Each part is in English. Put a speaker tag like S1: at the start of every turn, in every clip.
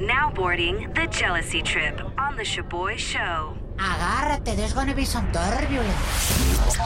S1: Now boarding the jealousy trip on the Shaboy Show.
S2: Agárrate, there's gonna be some turbulence.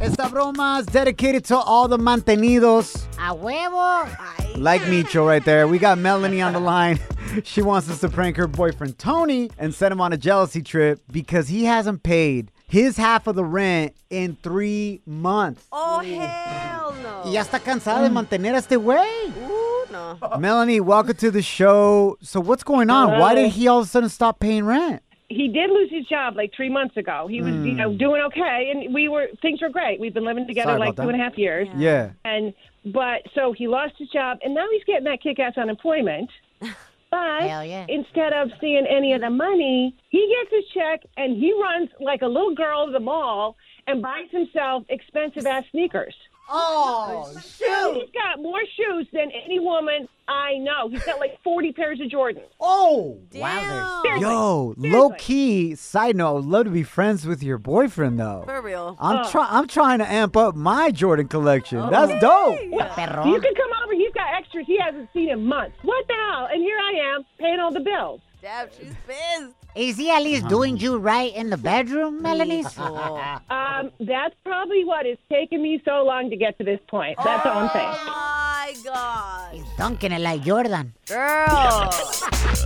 S3: Esta broma is dedicated to all the mantenidos
S2: A huevo. Ay,
S3: like Micho right there. We got Melanie on the line. She wants us to prank her boyfriend Tony and send him on a jealousy trip because he hasn't paid his half of the rent in three months.
S4: Oh, hell no.
S3: Y ya está cansada de mantener a este güey.
S4: Ooh, no.
S3: Melanie, welcome to the show. So what's going on? Why did he all of a sudden stop paying rent?
S5: he did lose his job like three months ago. He was, you know, doing okay, and we were things were great. We've been living together
S3: Hmm. Sorry
S5: like
S3: about
S5: two
S3: that.
S5: and a half years,
S3: Yeah.
S5: and but so he lost his job, and now he's getting that kick-ass unemployment. But
S2: Hell yeah.
S5: instead of seeing any of the money, he gets his check and he runs like a little girl to the mall and buys himself expensive ass sneakers.
S3: Oh, shoot.
S5: He's got more shoes than any woman I know. He's got like forty pairs of Jordans.
S3: Oh.
S4: Damn.
S3: Yo, low key, side note, I would love to be friends with your boyfriend though.
S4: For real. Oh,
S3: I'm try I'm trying to amp up my Jordan collection. That's dope.
S5: You
S2: perro.
S5: can come over. He's got extras he hasn't seen in months. What the hell? And here I am paying all the bills.
S4: Damn, she's pissed.
S2: Is he at least doing you right in the bedroom, Melanie?
S4: Oh.
S5: Um, that's probably what has taken me so long to get to this point. That's all I'm saying.
S4: my God.
S2: Dunking it like Jordan.
S4: Girl.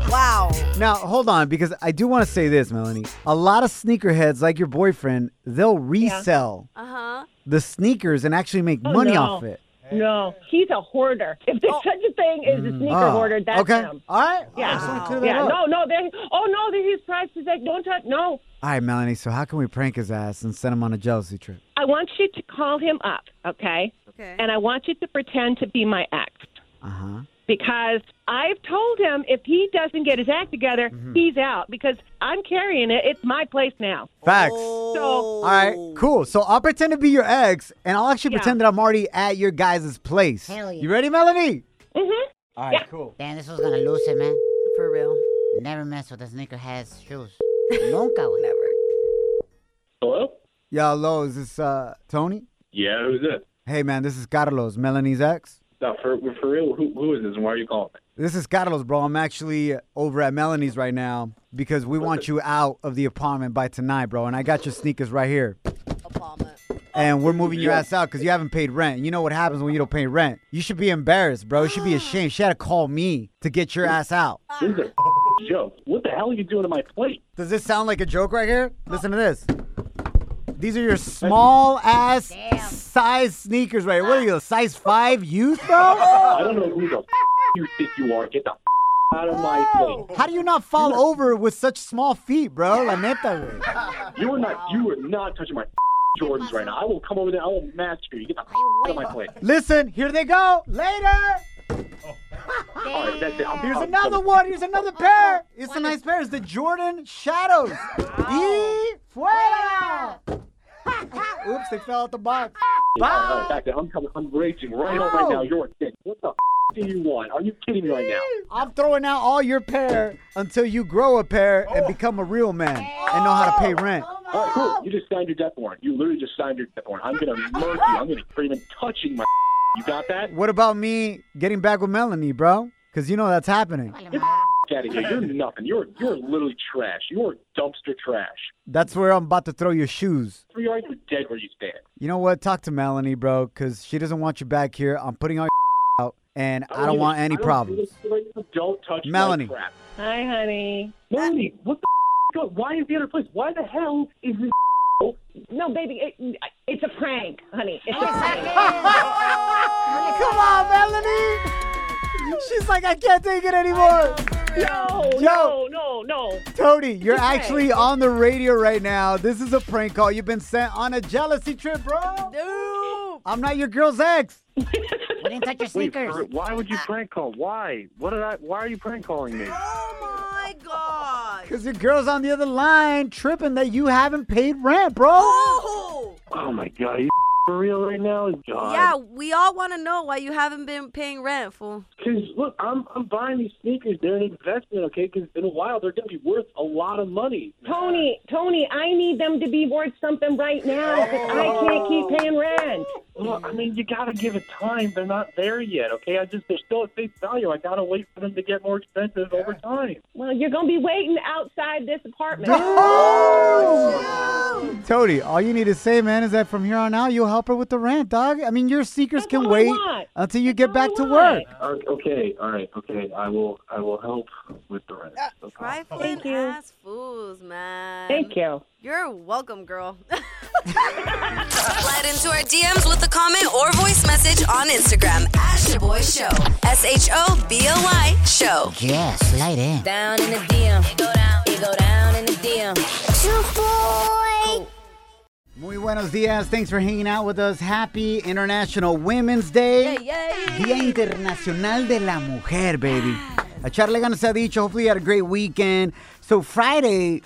S4: wow.
S3: Now, hold on, because I do want to say this, Melanie. A lot of sneakerheads like your boyfriend, they'll resell
S4: Uh huh.
S3: the sneakers and actually make money
S5: Oh, no.
S3: off it.
S5: No, he's a hoarder. If there's such a thing as a sneaker
S3: Oh. Ah,
S5: hoarder, that's
S3: okay.
S5: him.
S3: All right. I
S5: Yeah.
S3: just want to clear that
S5: Yeah,
S3: up.
S5: no, no, they. Oh no, they're his price is like, don't touch.
S3: All
S5: No,
S3: right, Melanie. So how can we prank his ass and send him on a jealousy trip?
S5: I want you to call him up, okay?
S4: Okay.
S5: And I want you to pretend to be my ex
S3: Uh huh.
S5: because I've told him if he doesn't get his act together, he's out because I'm carrying it. It's my place now.
S3: Facts.
S5: So
S3: All right. Cool. So I'll pretend to be your ex, and I'll actually
S5: Yeah.
S3: pretend that I'm already at your guys' place.
S2: Hell yeah.
S3: You ready, Melanie?
S5: mhm.
S3: All right.
S5: Yeah.
S3: Cool.
S2: Damn, this was gonna lose him, man.
S4: For real.
S2: Never mess with a sneakerhead's shoes. Nunca, güey.
S4: Never.
S6: Hello?
S3: Yo, hello. Is this uh Tony?
S6: Yeah, who's this?
S3: Hey, man. This is Carlos, Melanie's ex.
S6: No, for for real, who who is this and why are you calling me?
S3: This is Carlos, bro. I'm actually over at Melanie's right now because we want you out of the apartment by tonight, bro. And I got your sneakers right here.
S4: Apartment.
S3: and we're moving your ass out because you haven't paid rent. You know what happens when you don't pay rent? You should be embarrassed, bro. You should be ashamed. She had to call me to get your ass out.
S6: This is a joke. What the hell are you doing to my plate?
S3: Does this sound like a joke right here? Listen to this. These are your small ass size sneakers right here. What are you, a size five youth, bro?
S6: I don't know who the f- you think you are. Get the f- out of my plate.
S3: How do you not fall over with such small feet, bro? La neta, güey.
S6: You are not you are not touching my f- Jordans right now. I will come over there. I will master you. Get the f- out of my plate.
S3: Listen, here they go. Later.
S6: All right, that's it. I'm,
S3: Here's
S6: I'm
S3: another
S6: coming.
S3: one. Here's another pair. It's a nice pair. It's the Jordan Shadows. Y fuera. Oops, they fell out the box.
S6: Yeah, all right, that's it. I'm coming. I'm raging right on right now. You're a dick. What the f- do you want? Are you kidding me right now?
S3: I'm throwing out all your pair until you grow a pair and become a real man and know how to pay rent.
S6: All right, cool. You just signed your death warrant. You literally just signed your death warrant. I'm gonna murk you. I'm gonna for even touching my. f- You got that?
S3: What about me getting back with Melanie, bro? Because you know that's happening.
S6: out of here. You're nothing. You're you're literally trash. You're dumpster trash.
S3: That's where I'm about to throw your shoes.
S6: Three yards you're dead where you stand.
S3: You know what? Talk to Melanie, bro, because she doesn't want you back here. I'm putting all your out and I don't
S6: even-
S3: want any
S6: I Oh, don't
S3: problems.
S6: even- Don't touch my
S3: Melanie.
S6: crap.
S5: Hi, honey.
S6: Melanie, what the f- Why is the other place? Why the hell is this?
S5: No, baby, it, it's a prank, honey. It's a prank.
S3: Come on, Melanie. She's like, I can't take it anymore.
S5: No,
S3: Yo.
S5: no, no, no.
S3: Tony, you're
S5: Okay.
S3: actually on the radio right now. This is a prank call. You've been sent on a jealousy trip, bro.
S4: Dude.
S3: I'm not your girl's ex.
S2: You didn't touch your
S7: Wait,
S2: sneakers.
S7: for- why would you prank call? Why? What did I? Why are you prank calling me?
S4: Oh my god.
S3: Because your girl's on the other line tripping that you haven't paid rent, bro.
S4: Oh.
S7: Oh my god, are you for real right now? God.
S4: Yeah, we all want to know why you haven't been paying rent, fool.
S6: Because look, I'm I'm buying these sneakers. They're an investment, okay? Because in a while they're going to be worth a lot of money.
S5: Tony, Tony, I need them to be worth something right now 'cause I can't keep paying rent.
S6: Look, I mean, you got to give it time. They're not there yet, okay? I just they're still at face value. I got to wait for them to get more expensive over time.
S5: Well, you're going to be waiting outside this apartment.
S3: Oh! Tony, all you need to say, man, is that from here on out, you'll help her with the rent, dog. I mean, your sneakers
S5: That's
S3: can
S5: all I
S3: wait
S5: want.
S3: until you get
S5: all I
S3: back to work.
S5: want.
S6: O- Okay, all right, okay. I will I will help with the rest. Okay.
S4: Trifling
S5: you.
S4: ass fools, man.
S5: Thank you.
S4: You're welcome, girl.
S1: Slide into our DMs with a comment or voice message on Instagram at Shaboy Show. S H O B O Y Show.
S2: Yeah, slide in.
S1: Down in the DM. It go down. It go down in the DM.
S3: Muy buenos dias. Thanks for hanging out with us. Happy International Women's Day.
S4: Yay, yay.
S3: Día Internacional de la Mujer, baby. A Charlie Gana se ha dicho, hopefully you had a great weekend. So Friday,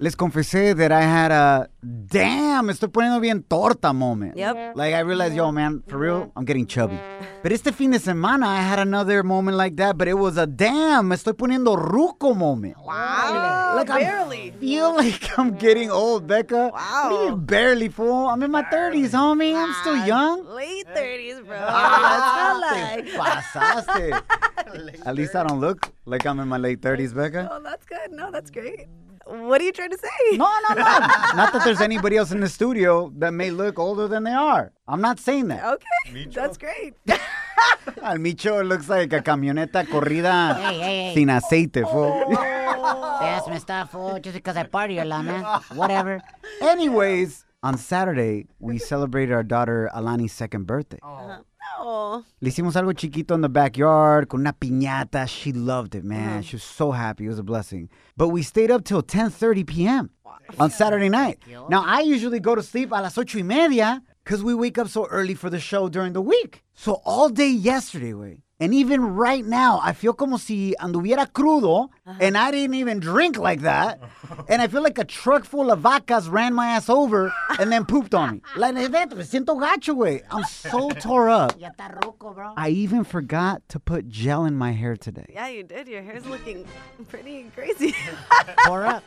S3: les confesé that I had a, damn, me estoy poniendo bien torta moment.
S4: Yep.
S3: Like I realized, yo, man, for real, I'm getting chubby. But este fin de semana, I had another moment like that, but it was a damn, me estoy poniendo ruco moment. Wow. Like barely. I feel like I'm getting old, Becca. Wow. What do you mean barely, fool? I'm in my 30s, homie. I'm still young.
S4: Late 30s, bro.
S3: Ah,
S4: That's
S3: te
S4: not like.
S3: pasaste. At least I don't look like I'm in my late 30s, Becca.
S4: Oh, that's good. No, that's great. What are you trying to say?
S3: No, no, no. Not that there's anybody else in the studio that may look older than they are. I'm not saying that.
S4: Okay. That's great.
S3: Al Micho looks like a camioneta corrida
S2: Hey, hey, hey.
S3: sin aceite, fool.
S2: That's messed up, fool. oh, Just because I party a lot, man. Whatever.
S3: Anyways, on Saturday, we celebrated our daughter Alani's second birthday.
S4: Oh.
S3: Le hicimos algo chiquito in the backyard con una piñata. She loved it, man. She was so happy. It was a blessing. But we stayed up till 10.30 p.m. on Saturday night. Now, I usually go to sleep a las ocho y media because we wake up so early for the show during the week. So all day yesterday, way. And even right now, I feel como si anduviera crudo, and I didn't even drink like that. and I feel like a truck full of vacas ran my ass over and then pooped on me. Like, neta, me siento gacho, güey. I'm so tore up.
S2: Ya está ruco, bro.
S3: I even forgot to put gel in my hair today.
S4: Yeah, you did. Your hair's looking pretty crazy.
S2: Pour up.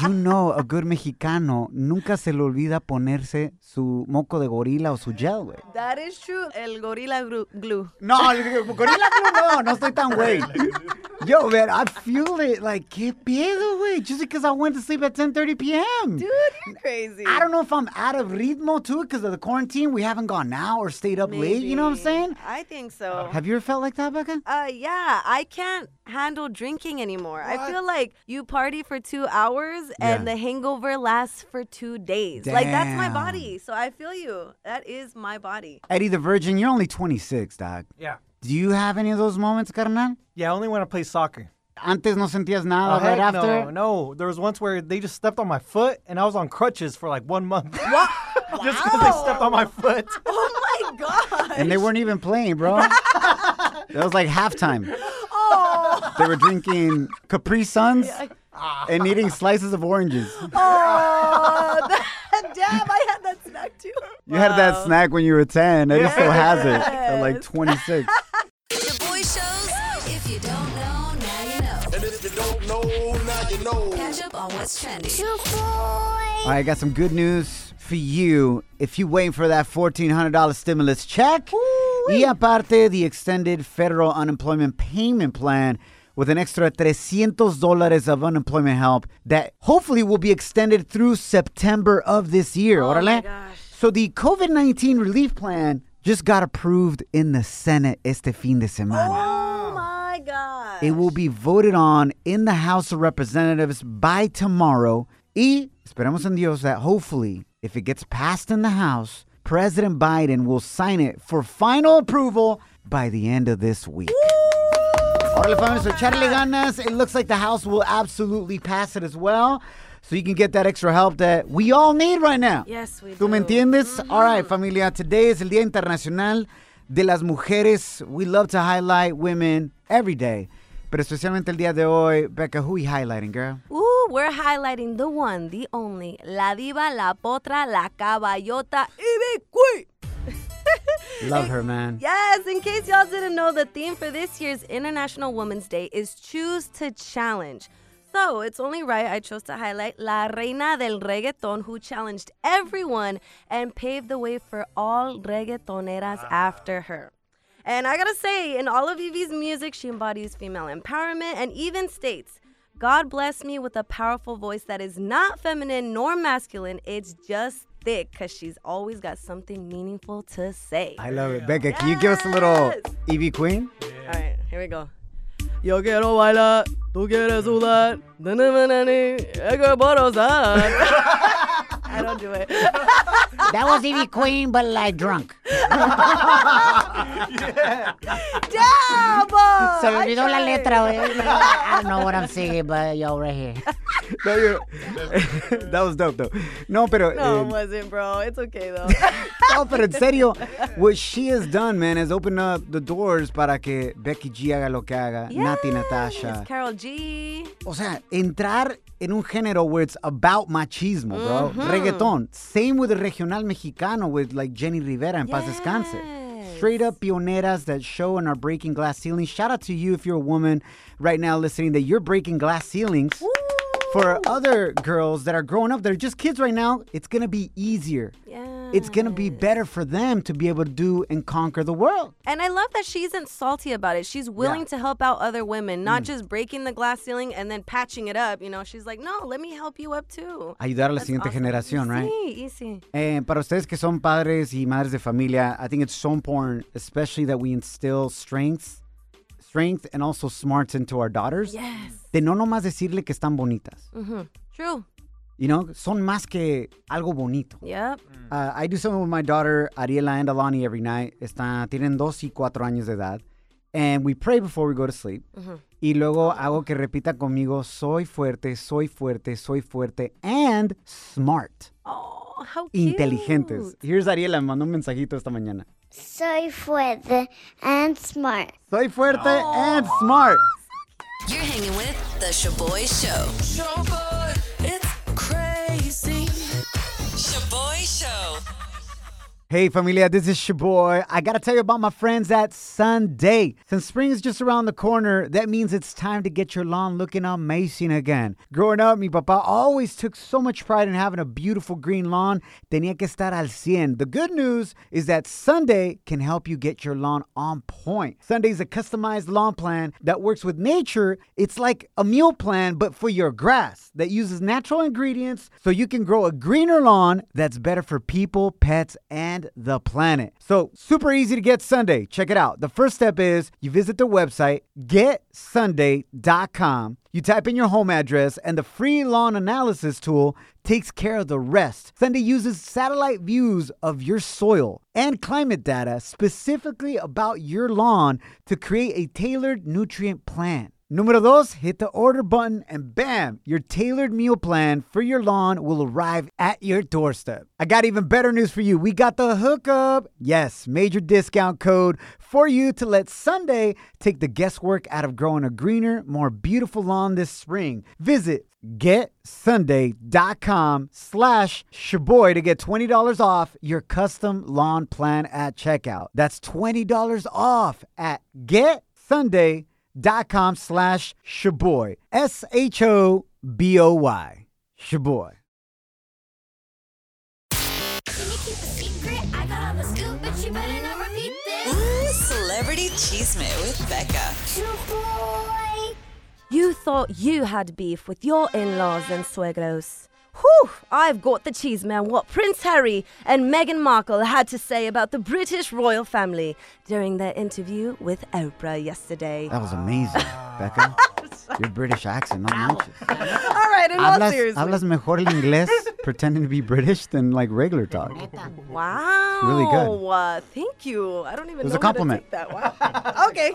S3: You know, a good mexicano nunca se le olvida ponerse su moco de gorila o su gel, güey.
S4: that is true. El Gorilla gru- Glue.
S3: No, gorila no, no estoy tan güey. Yo, man, I feel it. Like, qué pedo, güey. Just because I went to sleep at 10.30 p.m.
S4: Dude, you're crazy.
S3: I don't know if I'm out of ritmo, too, because of the quarantine. We haven't gone out or stayed up late. You know what I'm saying?
S4: I think so.
S3: Have you ever felt like that, Becca?
S4: Uh, yeah, I can't handle drinking anymore. I feel like you party for two hours and
S3: Yeah.
S4: the hangover lasts for two days. Like, that's my
S3: Damn.
S4: body. So I feel you. That is my body.
S3: Eddie the Virgin, you're only 26, dog.
S8: Yeah.
S3: Do you have any of those moments, carnal?
S8: Yeah, only when I play soccer.
S3: Antes no sentías nada, Oh, right
S8: heck
S3: after?
S8: No, no. There was once where they just stepped on my foot, and I was on crutches for like one month.
S4: What?
S8: just because they stepped on my foot.
S4: oh my God.
S3: And they weren't even playing, bro. that was like halftime. They were drinking Capri Suns and eating slices of oranges.
S4: Oh, that, damn, I had that snack too.
S3: You had that snack when you were 10. Eddie still has it at like 26.
S1: Shaboy Shows. If you don't know, now you know. And if you don't know, now you know. Catch up on what's trending.
S3: All right, I got some good news for you. If you waiting for that $1,400 stimulus check, y aparte the extended federal unemployment payment plan with an extra $300 of unemployment help that hopefully will be extended through September of this year. Oh
S4: my gosh.
S3: So the COVID-19 relief plan just got approved in the Senate este fin de semana.
S4: Oh my God.
S3: It will be voted on in the House of Representatives by tomorrow. Y esperemos en Dios that hopefully, if it gets passed in the House, President Biden will sign it for final approval by the end of this week. Órale, familia, so echarle ganas. It looks like the House will absolutely pass it as well. So you can get that extra help that we all need right now.
S4: Yes, we
S3: ¿Tú me
S4: do.
S3: entiendes? All right, familia. Today is el Día Internacional de las mujeres. We love to highlight women every day. Pero especialmente el día de hoy, Becca, who we highlighting, girl?
S4: Ooh, we're highlighting the one, the only, la diva, la potra, la caballota, Ibiqui.
S3: Love her, man.
S4: Yes, in case y'all didn't know, the theme for this year's International Women's Day is Choose to Challenge. So it's only right I chose to highlight La Reina del Reggaeton, who challenged everyone and paved the way for all reggaetoneras after her. And I gotta say, in all of Vivi's music, she embodies female empowerment and even states, God bless me with a powerful voice that is not feminine nor masculine. It's just thick because she's always got something meaningful to say.
S3: I love it. Becca, can you give us a little
S4: Yes.
S3: Evie Queen?
S4: All right, here we go. Yo quiero bailar, tú quieres sudar, na na na na na, yo quiero borrosar. I don't do it.
S2: That was Evie Queen, but like drunk.
S4: Diablo!
S2: Se me
S4: I
S2: olvidó la
S4: tried.
S2: letra, güey. I don't know what I'm singing, but yo, right here.
S3: No, you're- that was dope, though. No, pero.
S4: No,
S3: eh,
S4: it wasn't, bro. It's okay though.
S3: No, pero en serio, what she has done, man, is open up the doors para que Becky G haga lo que haga, Nati Natasha.
S4: It's Carol G.
S3: O sea, entrar en un género where it's about machismo, bro. Reggaeton. Same with the regional mexicano with like Jenny Rivera en Paz Descanse.
S4: Yes.
S3: Straight up pioneras that show and are breaking glass ceilings. Shout out to you if you're a woman right now listening that you're breaking glass ceilings for other girls that are growing up, they're just kids right now, it's gonna be easier.
S4: Yeah.
S3: It's gonna be better for them to be able to do and conquer the world.
S4: And I love that she isn't salty about it. She's willing to help out other women,
S3: Mm.
S4: not just breaking the glass ceiling and then patching it up. You know, she's like, no, let me help you up too.
S3: Ayudar a la siguiente
S4: awesome.
S3: generación, right?
S4: Sí, easy.
S3: Eh, para ustedes que son padres y madres de familia, I think it's so important, especially that we instill strengths, strength and also smarts into our daughters.
S4: Yes.
S3: De no nomás decirle que están bonitas.
S4: True.
S3: You know, son más que algo bonito.
S4: Yep.
S3: Uh, I do something with my daughter Ariela and Alani every night. Está, tienen dos y cuatro años de edad. And we pray before we go to sleep. Y luego hago que repita conmigo, soy fuerte, soy fuerte, soy fuerte, and smart,
S4: Oh, how cute.
S3: inteligentes. Here's Ariela, me mandó un mensajito esta mañana.
S9: Soy fuerte and smart.
S3: Soy fuerte and smart.
S1: You're hanging with The Shaboy Show.
S10: Shaboy, it's crazy. Shaboy Show.
S3: Hey familia, this is your boy. I gotta tell you about my friends at Sunday. Since spring is just around the corner, that means it's time to get your lawn looking amazing again. Growing up, mi papa always took so much pride in having a beautiful green lawn. Tenía que estar al cien. The good news is that Sunday can help you get your lawn on point. Sunday's a customized lawn plan that works with nature. It's like a meal plan, but for your grass that uses natural ingredients so you can grow a greener lawn that's better for people, pets, and the planet. So, super easy to get Sunday. Check it out. The first step is you visit their website, getsunday.com. You type in your home address, and the free lawn analysis tool takes care of the rest. Sunday uses satellite views of your soil and climate data specifically about your lawn to create a tailored nutrient plan. Numero dos, hit the order button and bam, your tailored meal plan for your lawn will arrive at your doorstep. I got even better news for you. We got the hookup. Yes, major discount code for you to let Sunday take the guesswork out of growing a greener, more beautiful lawn this spring. Visit getsunday.com slash shaboy to get $20 off your custom lawn plan at checkout. That's $20 off at getsunday.com dot com slash shaboy s h o b o y shaboy.
S10: Ooh, Celebrity Cheesemate with Becca.
S4: You thought you had beef with your in laws and suegros. Whew! I've got the cheese man what Prince Harry and Meghan Markle had to say about the British royal family during their interview with Oprah yesterday.
S3: That was amazing, Becca. Your British accent, no manches.
S4: All right, in all
S3: Hablas,
S4: seriously.
S3: hablas mejor el inglés pretending to be British than like regular talk.
S4: Wow.
S3: really good.
S4: Uh, thank you. I don't even
S3: was
S4: know
S3: a
S4: how to
S3: compliment.
S4: take that. Wow. okay.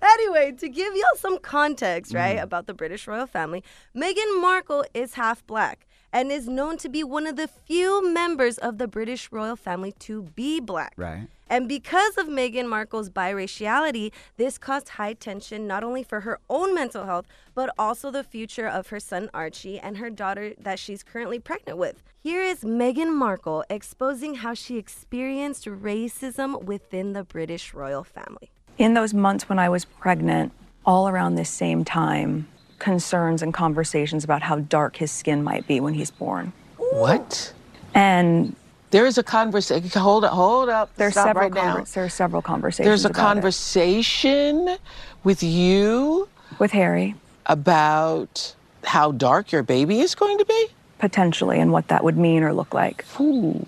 S4: anyway, to give y'all some context, right, about the British royal family, Meghan Markle is half black. and is known to be one of the few members of the British royal family to be black.
S2: Right.
S4: And because of Meghan Markle's biraciality, this caused high tension not only for her own mental health, but also the future of her son Archie and her daughter that she's currently pregnant with. Here is Meghan Markle exposing how she experienced racism within the British royal family.
S11: In those months when I was pregnant, all around this same time, concerns and conversations about how dark his skin might be when he's born.
S12: What?
S11: And
S12: there is a conversation. Hold up, hold up.
S11: There's
S12: Stop
S11: several
S12: right now.
S11: conver- there are several conversations.
S12: There's a
S11: about it.
S12: conversation with you,
S11: with Harry,
S12: about how dark your baby is going to be.
S11: potentially and what that would mean or look like.
S2: You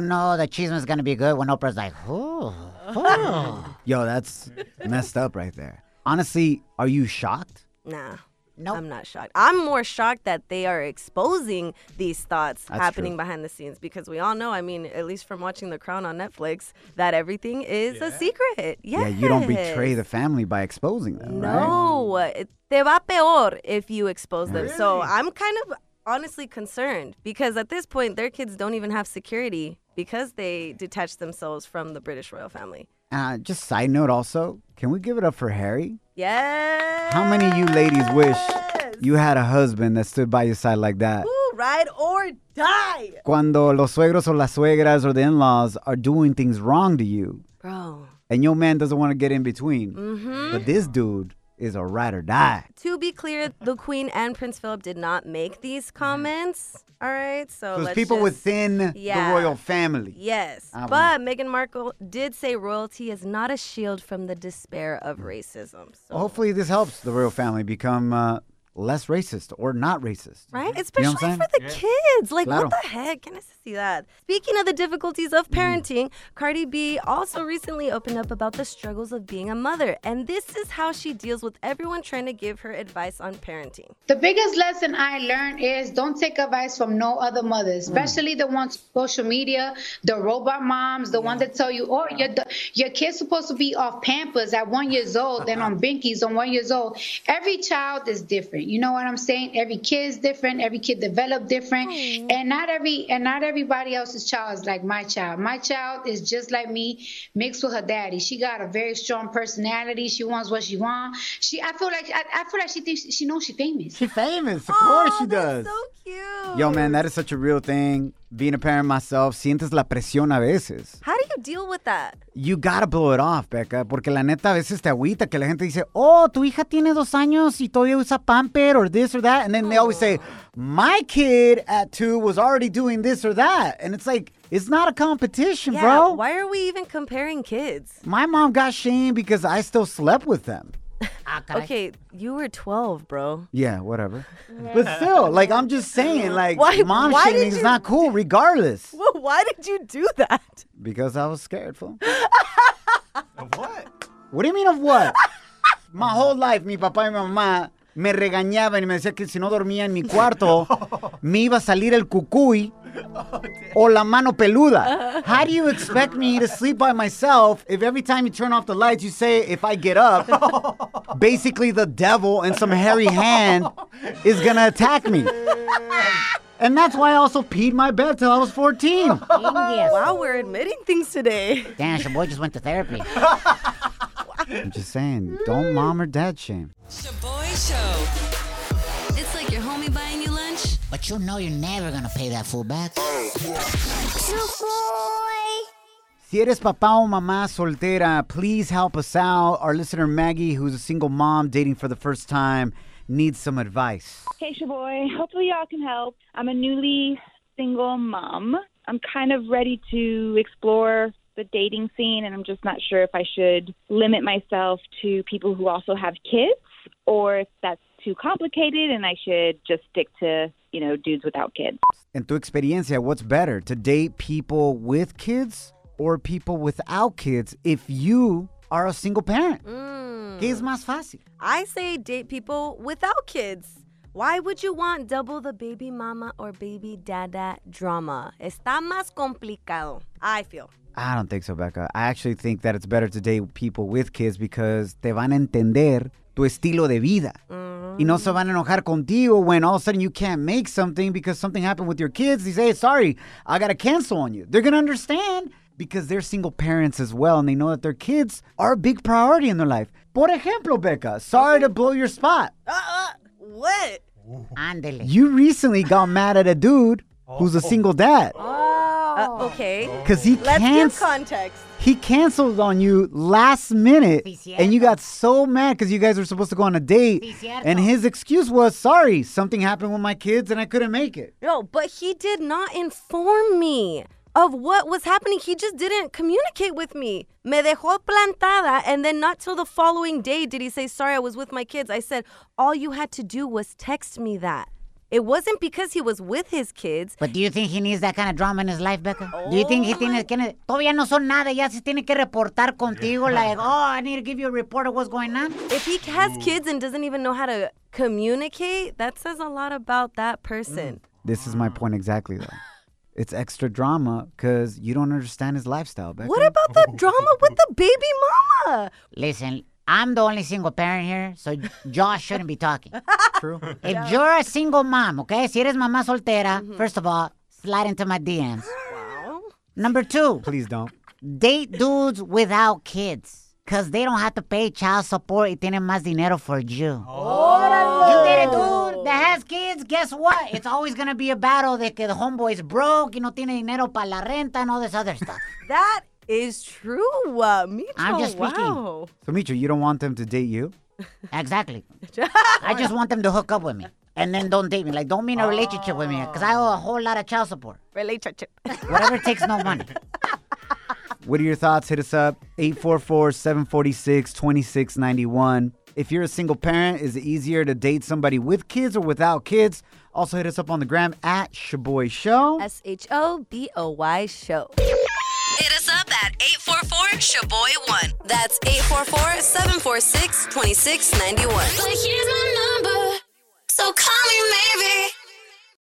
S2: know the cheese is gonna be good when Oprah's like, "Who?
S3: Yo, that's messed up right there. Honestly, are you shocked?
S4: Nah. No. I'm not shocked. I'm more shocked that they are exposing these thoughts
S3: That's
S4: happening
S3: true.
S4: behind the scenes because we all know, I mean, at least from watching The Crown on Netflix, that everything is a secret. Yes.
S3: Yeah, you don't betray the family by exposing them, right?
S4: No, it- te va peor if you expose them. So I'm kind of honestly concerned because at this point, their kids don't even have security because they detach themselves from the British royal family.
S3: Uh, just side note also, can we give it up for Harry?
S4: Yes.
S3: How many of you ladies wish you had a husband that stood by your side like that?
S4: Ooh, ride or die.
S3: Cuando los suegros or las suegras or the in laws are doing things wrong to you,
S4: Bro.
S3: and your man doesn't want to get in between.
S4: Mhm.
S3: But this dude is a ride or die.
S4: To be clear, the Queen and Prince Philip did not make these comments. All right, so
S3: Those
S4: Oh, let's
S3: people
S4: just-
S3: within
S4: Yeah.
S3: the royal family.
S4: Yes,
S3: Ah,
S4: but Meghan Markle did say royalty is not a shield from the despair of
S3: Mm.
S4: racism. So-
S3: Well, hopefully, this helps the royal family become uh, less racist or not racist.
S4: Right?
S3: You know
S4: Especially
S3: what I'm
S4: for the
S3: saying?
S4: kids. Like,
S3: Claro. Mm.
S4: what the heck? Can I see that? Speaking of the difficulties of parenting, Cardi B also recently opened up about the struggles of being a mother. And this is how she deals with everyone trying to give her advice on parenting.
S13: The biggest lesson I learned is don't take advice from no other mothers, especially the ones on social media, the robot moms, the ones that tell you, oh, your your kid's supposed to be off Pampers at one years old and on Binkies on one years old. Every child is different. You know what I'm saying? Every kid is different. Every kid developed different, and not every and not everybody else's child is like my child. My child is just like me, mixed with her daddy. She got a very strong personality. She wants what she wants. She, I feel like I, I feel like she thinks she knows she famous.
S3: She famous, of course she does. Yo, man, that is such a real thing. Being a parent myself, sientes la presión a veces.
S4: How do you deal with that?
S3: You gotta blow it off, Becca, porque la neta a veces te agüita que la gente dice, oh, tu hija tiene dos años y todavía usa pamper or this or that. And then they always say, my kid at two was already doing this or that. And it's like, it's not a competition,
S4: Yeah,
S3: bro.
S4: why are we even comparing kids?
S3: My mom got shamed because I still slept with them.
S2: Ah,
S4: Okay, you were 12, bro.
S3: Yeah, whatever. But still, like, I'm just saying, like,
S4: Why-
S3: mom
S4: why did
S3: shaming is
S4: you-
S3: not cool regardless.
S4: Well, why did you do that?
S3: Because I was scared, fool. of what? What do you mean of what? My whole life, mi papá y mi mamá me regañaban y me decían que si no dormía en mi cuarto, me iba a salir el cucuy o la mano peluda. How do you expect me to sleep by myself if every time you turn off the lights, you say, if I get up, basically the devil and some hairy hand is going to attack me? And that's why I also peed my bed till I was 14.
S4: Wow, we're admitting things today.
S3: Damn, your boy just went to therapy. I'm just saying, don't mom or dad shame.
S1: Shaboy Show. It's like your homie buying you lunch.
S2: But you know you're never gonna pay that fool back.
S3: Si eres papá o mamá soltera, please help us out. Our listener Maggie, who's a single mom dating for the first time, needs some advice.
S14: Keisha Boy, hopefully y'all can help. I'm a newly single mom. I'm kind of ready to explore the dating scene, and I'm just not sure if I should limit myself to people who also have kids or if that's too complicated and I should just stick to, you know, dudes without kids.
S3: En tu experiencia, what's better, to date people with kids or people without kids if you are a single parent? ¿Qué es más fácil?
S4: I say date people without kids. Why would you want double the baby mama or baby dada drama? Está más complicado. I feel.
S3: I don't think so, Becca. I actually think that it's better to date people with kids because te van a entender tu estilo de vida. Y no se van a enojar contigo when all of a sudden you can't make something because something happened with your kids. They say, sorry, I got to cancel on you. They're going to understand because they're single parents as well and they know that their kids are a big priority in their life. Por ejemplo, Becca, sorry to blow your spot.
S4: Uh, What?
S2: Ándele.
S3: You recently got mad at a dude who's a single dad.
S4: Oh. okay.
S3: 'Cause he
S4: Let's
S3: can't-
S4: give context.
S3: He canceled on you last minute, and you got so mad because you guys were supposed to go on a date. And his excuse was, "Sorry, something happened with my kids, and I couldn't make it."
S4: No, but he did not inform me of what was happening. He just didn't communicate with me. Me dejó plantada, and then not till the following day did he say, Sorry, I was with my kids. I said, All you had to do was text me that. It wasn't because he was with his kids.
S2: But do you think he needs that kind of drama in his life, Becca? do you think he
S3: Oh.
S2: tiene que... Todavía no son nada, ya se tiene que reportar contigo, like, oh, I need to give you a report of what's going on.
S4: If he has kids and doesn't even know how to communicate, that says a lot about that person.
S3: This is my point exactly, though. It's extra drama because you don't understand his lifestyle, Becca.
S4: What about the drama with the baby mama?
S2: Listen, I'm the only single parent here, so Josh shouldn't be talking.
S3: True.
S2: If you're a single mom, okay? Si eres mamá soltera, first of all, slide into my DMs. Number two.
S3: Please don't.
S2: Date dudes without kids. Cause they don't have to pay child support y tienen más dinero for you.
S3: Oh.
S2: You date a dude that has kids, guess what? It's always gonna be a battle de que the homeboy's broke y no tiene dinero para la renta and all this other stuff.
S4: That is true. Uh, Micho,
S2: I'm just speaking.
S4: wow.
S3: So, Mitra, you don't want them to date you?
S2: Exactly. I just want them to hook up with me. And then don't date me. Like, don't mean a relationship with me. Because I owe a whole lot of child support.
S4: Relationship.
S2: Whatever takes no money.
S3: What are your thoughts? Hit us up 844 746 2691. If you're a single parent, is it easier to date somebody with kids or without kids? Also, hit us up on the gram at Shaboy Show.
S4: S H O B O Y show.
S1: Hit us up at 844-SHABOY1. That's 844-746-2691. But here's my number, so call me maybe.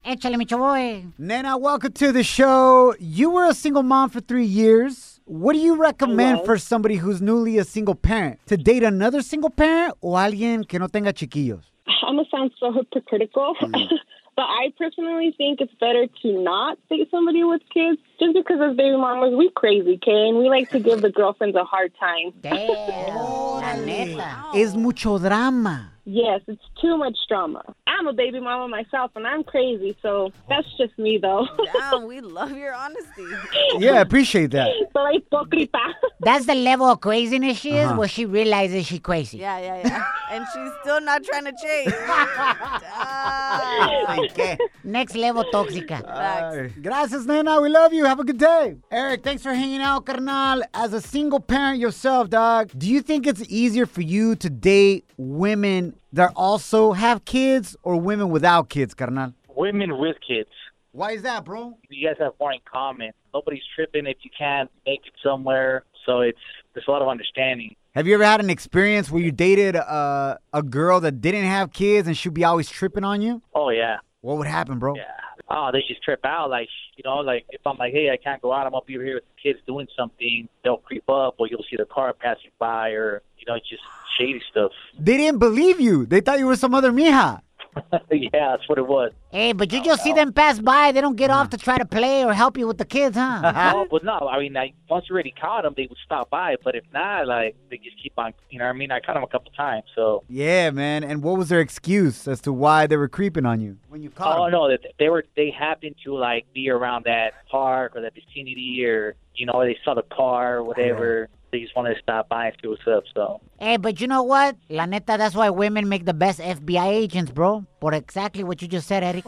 S2: Échale, mi chavoy.
S3: Nana, welcome to the show. You were a single mom for three years. What do you recommend
S2: Hello.
S3: for somebody who's newly a single parent? To date another single parent or alguien que no tenga chiquillos?
S15: I'm gonna sound so hypocritical, but I personally think it's better to not date somebody with kids just because as baby mamas we crazy, okay? And we like to give the girlfriends a hard time.
S3: Es mucho drama.
S15: yes, it's too much drama. I'm a baby mama myself, and I'm crazy, so that's just me though.
S4: Damn, we love your honesty.
S3: Yeah, I appreciate that.
S2: That's the level of craziness she is
S3: Uh-huh.
S2: where she realizes she crazy.
S4: Yeah, yeah, yeah. and she's still not trying to change.
S2: Next level tóxica.
S3: Ay. Gracias, Nana. We love you. Have a good day. Eric, thanks for hanging out, carnal. As a single parent yourself, dog, do you think it's easier for you to date women that also have kids or women without kids, carnal?
S6: Women with kids.
S3: Why is that, bro?
S6: You guys have more in common. Nobody's tripping if you can't make it somewhere. So it's there's a lot of understanding.
S3: Have you ever had an experience where you dated a, a girl that didn't have kids and she'd be always tripping on you?
S6: Oh yeah.
S3: What would happen, bro?
S6: Yeah. Oh, they just trip out. Like you know, like if I'm like, hey, I can't go out. I'm up over here with the kids doing something. They'll creep up, or you'll see the car passing by, or you know, just shady stuff.
S3: They didn't believe you. They thought you were some other mija.
S6: yeah, that's what it was.
S2: Hey, but you just see them pass by. They don't get off to try to play or help you with the kids, huh?
S6: no, but no, I mean, like, once you already caught them, they would stop by. But if not, like, they just keep on, you know what I mean? I caught them a couple times, so.
S3: Yeah, man. And what was their excuse as to why they were creeping on you?
S6: When you caught Oh, no, that they were, they happened to, like, be around that park or that vicinity or, you know, they saw the car or whatever. They just wanted to stop by and see what's up, so.
S2: hey, but you know what? La neta, that's why women make the best FBI agents, bro. For exactly what you just said, Eric.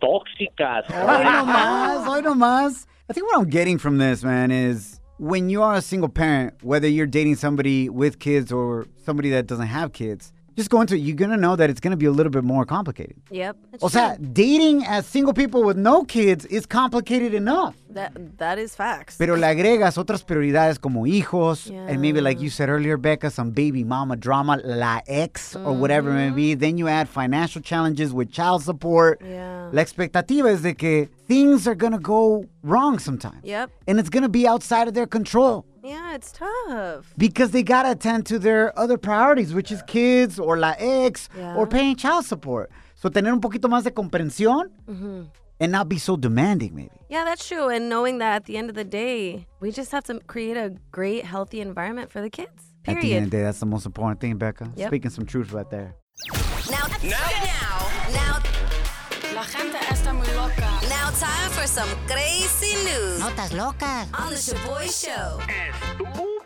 S6: Toxicas.
S3: Hoy no más, hoy no más. I think what I'm getting from this, man, is when you are a single parent, whether you're dating somebody with kids or somebody that doesn't have kids, just go into it, you're gonna know that it's gonna be a little bit more complicated.
S4: Yep.
S3: O sea, dating as single people with no kids is complicated enough.
S4: That that is facts.
S3: Pero le agregas otras prioridades como hijos,
S4: Yeah.
S3: and maybe like you said earlier, Becca, some baby mama drama, la ex, or whatever it may
S4: Mm-hmm.
S3: be. Then you add financial challenges with child support.
S4: Yeah.
S3: La expectativa es de que things are gonna go wrong sometimes.
S4: Yep.
S3: And it's gonna be outside of their control.
S4: Yeah, it's tough.
S3: because they gotta attend to their other priorities, which is kids or la ex
S4: Yeah.
S3: or paying child support. So tener un poquito más de comprensión
S4: hmm
S3: and not be so demanding, maybe.
S4: Yeah, that's true. And knowing that at the end of the day, we just have to create a great, healthy environment for the kids.
S3: At the end
S4: Period.
S3: of the day, that's the most important thing, Becca.
S4: Yep.
S3: Speaking some truth right there.
S1: Now, now, now, La gente está muy loca. Now, time for some crazy news.
S2: Notas locas.
S1: On the Shaboy Show.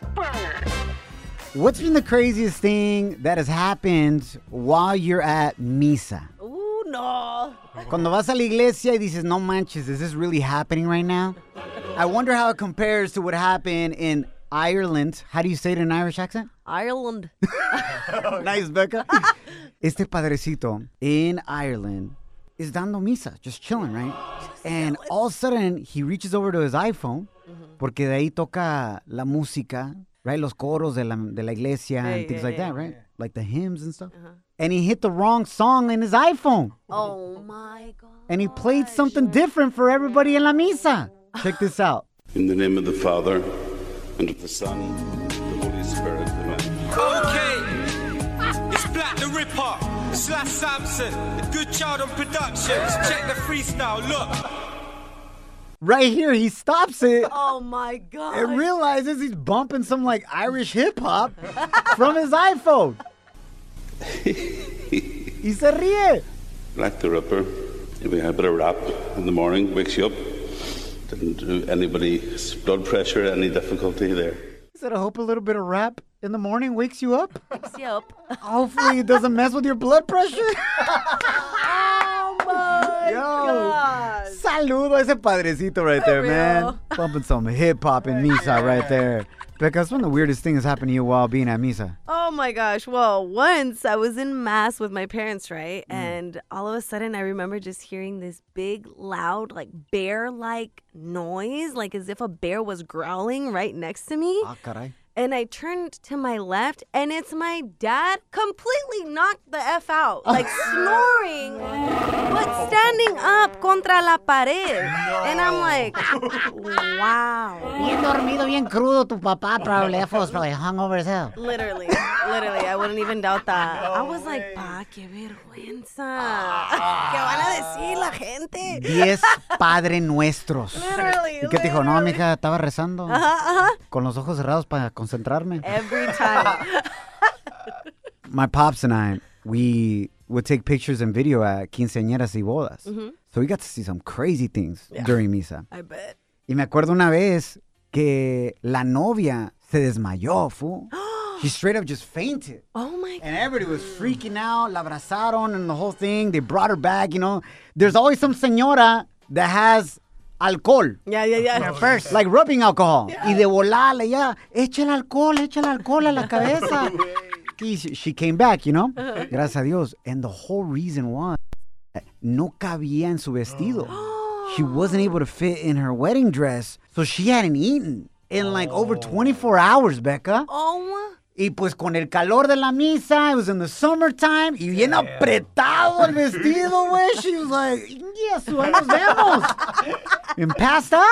S3: What's been the craziest thing that has happened while you're at misa?
S4: Ooh, no.
S3: Cuando vas a la iglesia y dices, no manches, is this really happening right now? I wonder how it compares to what happened in Ireland. How do you say it in an Irish accent?
S4: Ireland. Oh,
S3: nice, Becca. Este padrecito in Ireland is dando misa, just chilling, right? And all of a sudden, he reaches over to his iPhone,
S4: Mm-hmm.
S3: porque de ahí toca la música, right? Los coros de la, de la iglesia
S4: Yeah,
S3: and things
S4: yeah,
S3: like
S4: yeah. Uh-huh.
S3: that, right? Like the hymns and stuff. And he hit the wrong song in his iPhone.
S4: Oh my God.
S3: And he played something different for everybody in la misa. Check this out.
S16: In the name of the Father, and of the Son, and of the Holy Spirit, amen.
S17: Okay, it's Black the Ripper, slash Samson, the Good Child on Productions. Check the freestyle, look.
S3: Right here, he stops it.
S4: Oh my God.
S3: and realizes he's bumping some like Irish hip hop from his iPhone. he said, ríe.
S16: Black the Ripper, we had a bit of rap in the morning, wakes you up. Didn't do anybody's blood pressure any difficulty there.
S3: He said, I hope a little bit of rap in the morning wakes you up.
S4: Wakes you up.
S3: Hopefully, it doesn't mess with your blood pressure.
S4: Oh my
S3: Yo.
S4: God.
S3: Saludo a ese padrecito right there, man. Bumping some hip hop in Misa right there. Because one of the weirdest things happened to you while being at Misa.
S2: Ah,
S4: Oh my gosh. Well, once I was in mass with my parents, right? And all of a sudden I remember just hearing this big, loud, like bear like noise, like as if a bear was growling right next to me.
S3: Oh,
S4: And I turned to my left, and it's my dad completely knocked the F out, like snoring, but standing up contra la pared. And I'm like, wow.
S2: Bien dormido, bien crudo, tu papá probably. That fool's probably hungover as hell.
S4: Literally, literally, I wouldn't even doubt that. I was like, pa, qué vergüenza. ¿Qué van a decir la gente?
S3: Diez Padre Nuestros.
S4: Literally,
S3: ¿Y qué te dijo? No, mija, estaba rezando.
S4: Ajá, ajá. Eh.
S3: Con los ojos cerrados para concentrarme.
S4: Every time.
S3: my pops and I, we would take pictures and video at quinceañeras y bodas.
S4: Mhm.
S3: So we got to see some crazy things
S4: Yeah.
S3: during misa.
S4: I bet.
S3: Y me acuerdo una vez que la novia se desmayó, fool. She straight up just fainted.
S4: Oh my
S3: And everybody was freaking out. La abrazaron and the whole thing. They brought her back, you know. There's always some señora that has alcohol.
S4: Yeah, yeah, yeah.
S3: first. Like rubbing alcohol. Y de volarle, ya. Echa el alcohol, echa el alcohol a la cabeza. Y she, she came back, you know.
S4: Uh-huh.
S3: Gracias a Dios. And the whole reason was no cabía en su vestido. She wasn't able to fit in her wedding dress, so she hadn't eaten in like over 24 hours, Becca.
S4: Oh,
S3: Y pues con el calor de la misa, it was in the summertime, y bien apretado el vestido, güey. She was like, yes, ahí nos vemos. and passed out.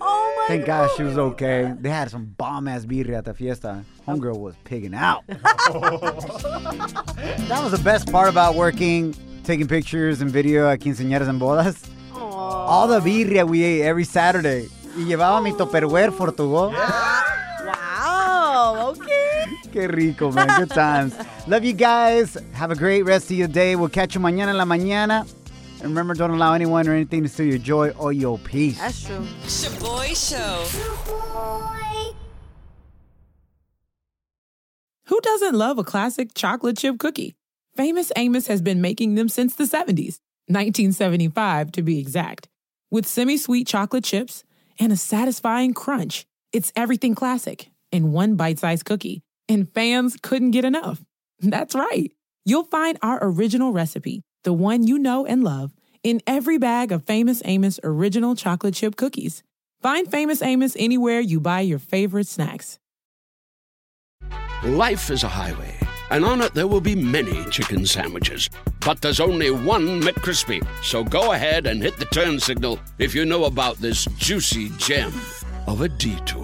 S4: Oh my
S3: Thank God she was okay. They had some bomb ass birria at the fiesta. Homegirl was pigging out. That was the best part about working, taking pictures and video at quinceañeras and bodas. All the birria we ate every Saturday. Y llevaba
S4: Oh.
S3: mi topperware for to go.
S4: wow. Okay.
S3: Qué rico, man. Good times. Love you guys. Have a great rest of your day. We'll catch you mañana en la mañana. And remember, don't allow anyone or anything to steal your joy or your peace.
S4: That's true.
S10: Shaboy Show.
S18: Who doesn't love a classic chocolate chip cookie? Famous Amos has been making them since the 70s, 1975 to be exact, with semi sweet chocolate chips and a satisfying crunch. It's everything classic in one bite sized cookie, and fans couldn't get enough. That's right. You'll find our original recipe, the one you know and love, in every bag of Famous Amos original chocolate chip cookies. Find Famous Amos anywhere you buy your favorite snacks.
S19: Life is a highway, and on it there will be many chicken sandwiches. But there's only one McCrispy. So go ahead and hit the turn signal if you know about this juicy gem of a detour.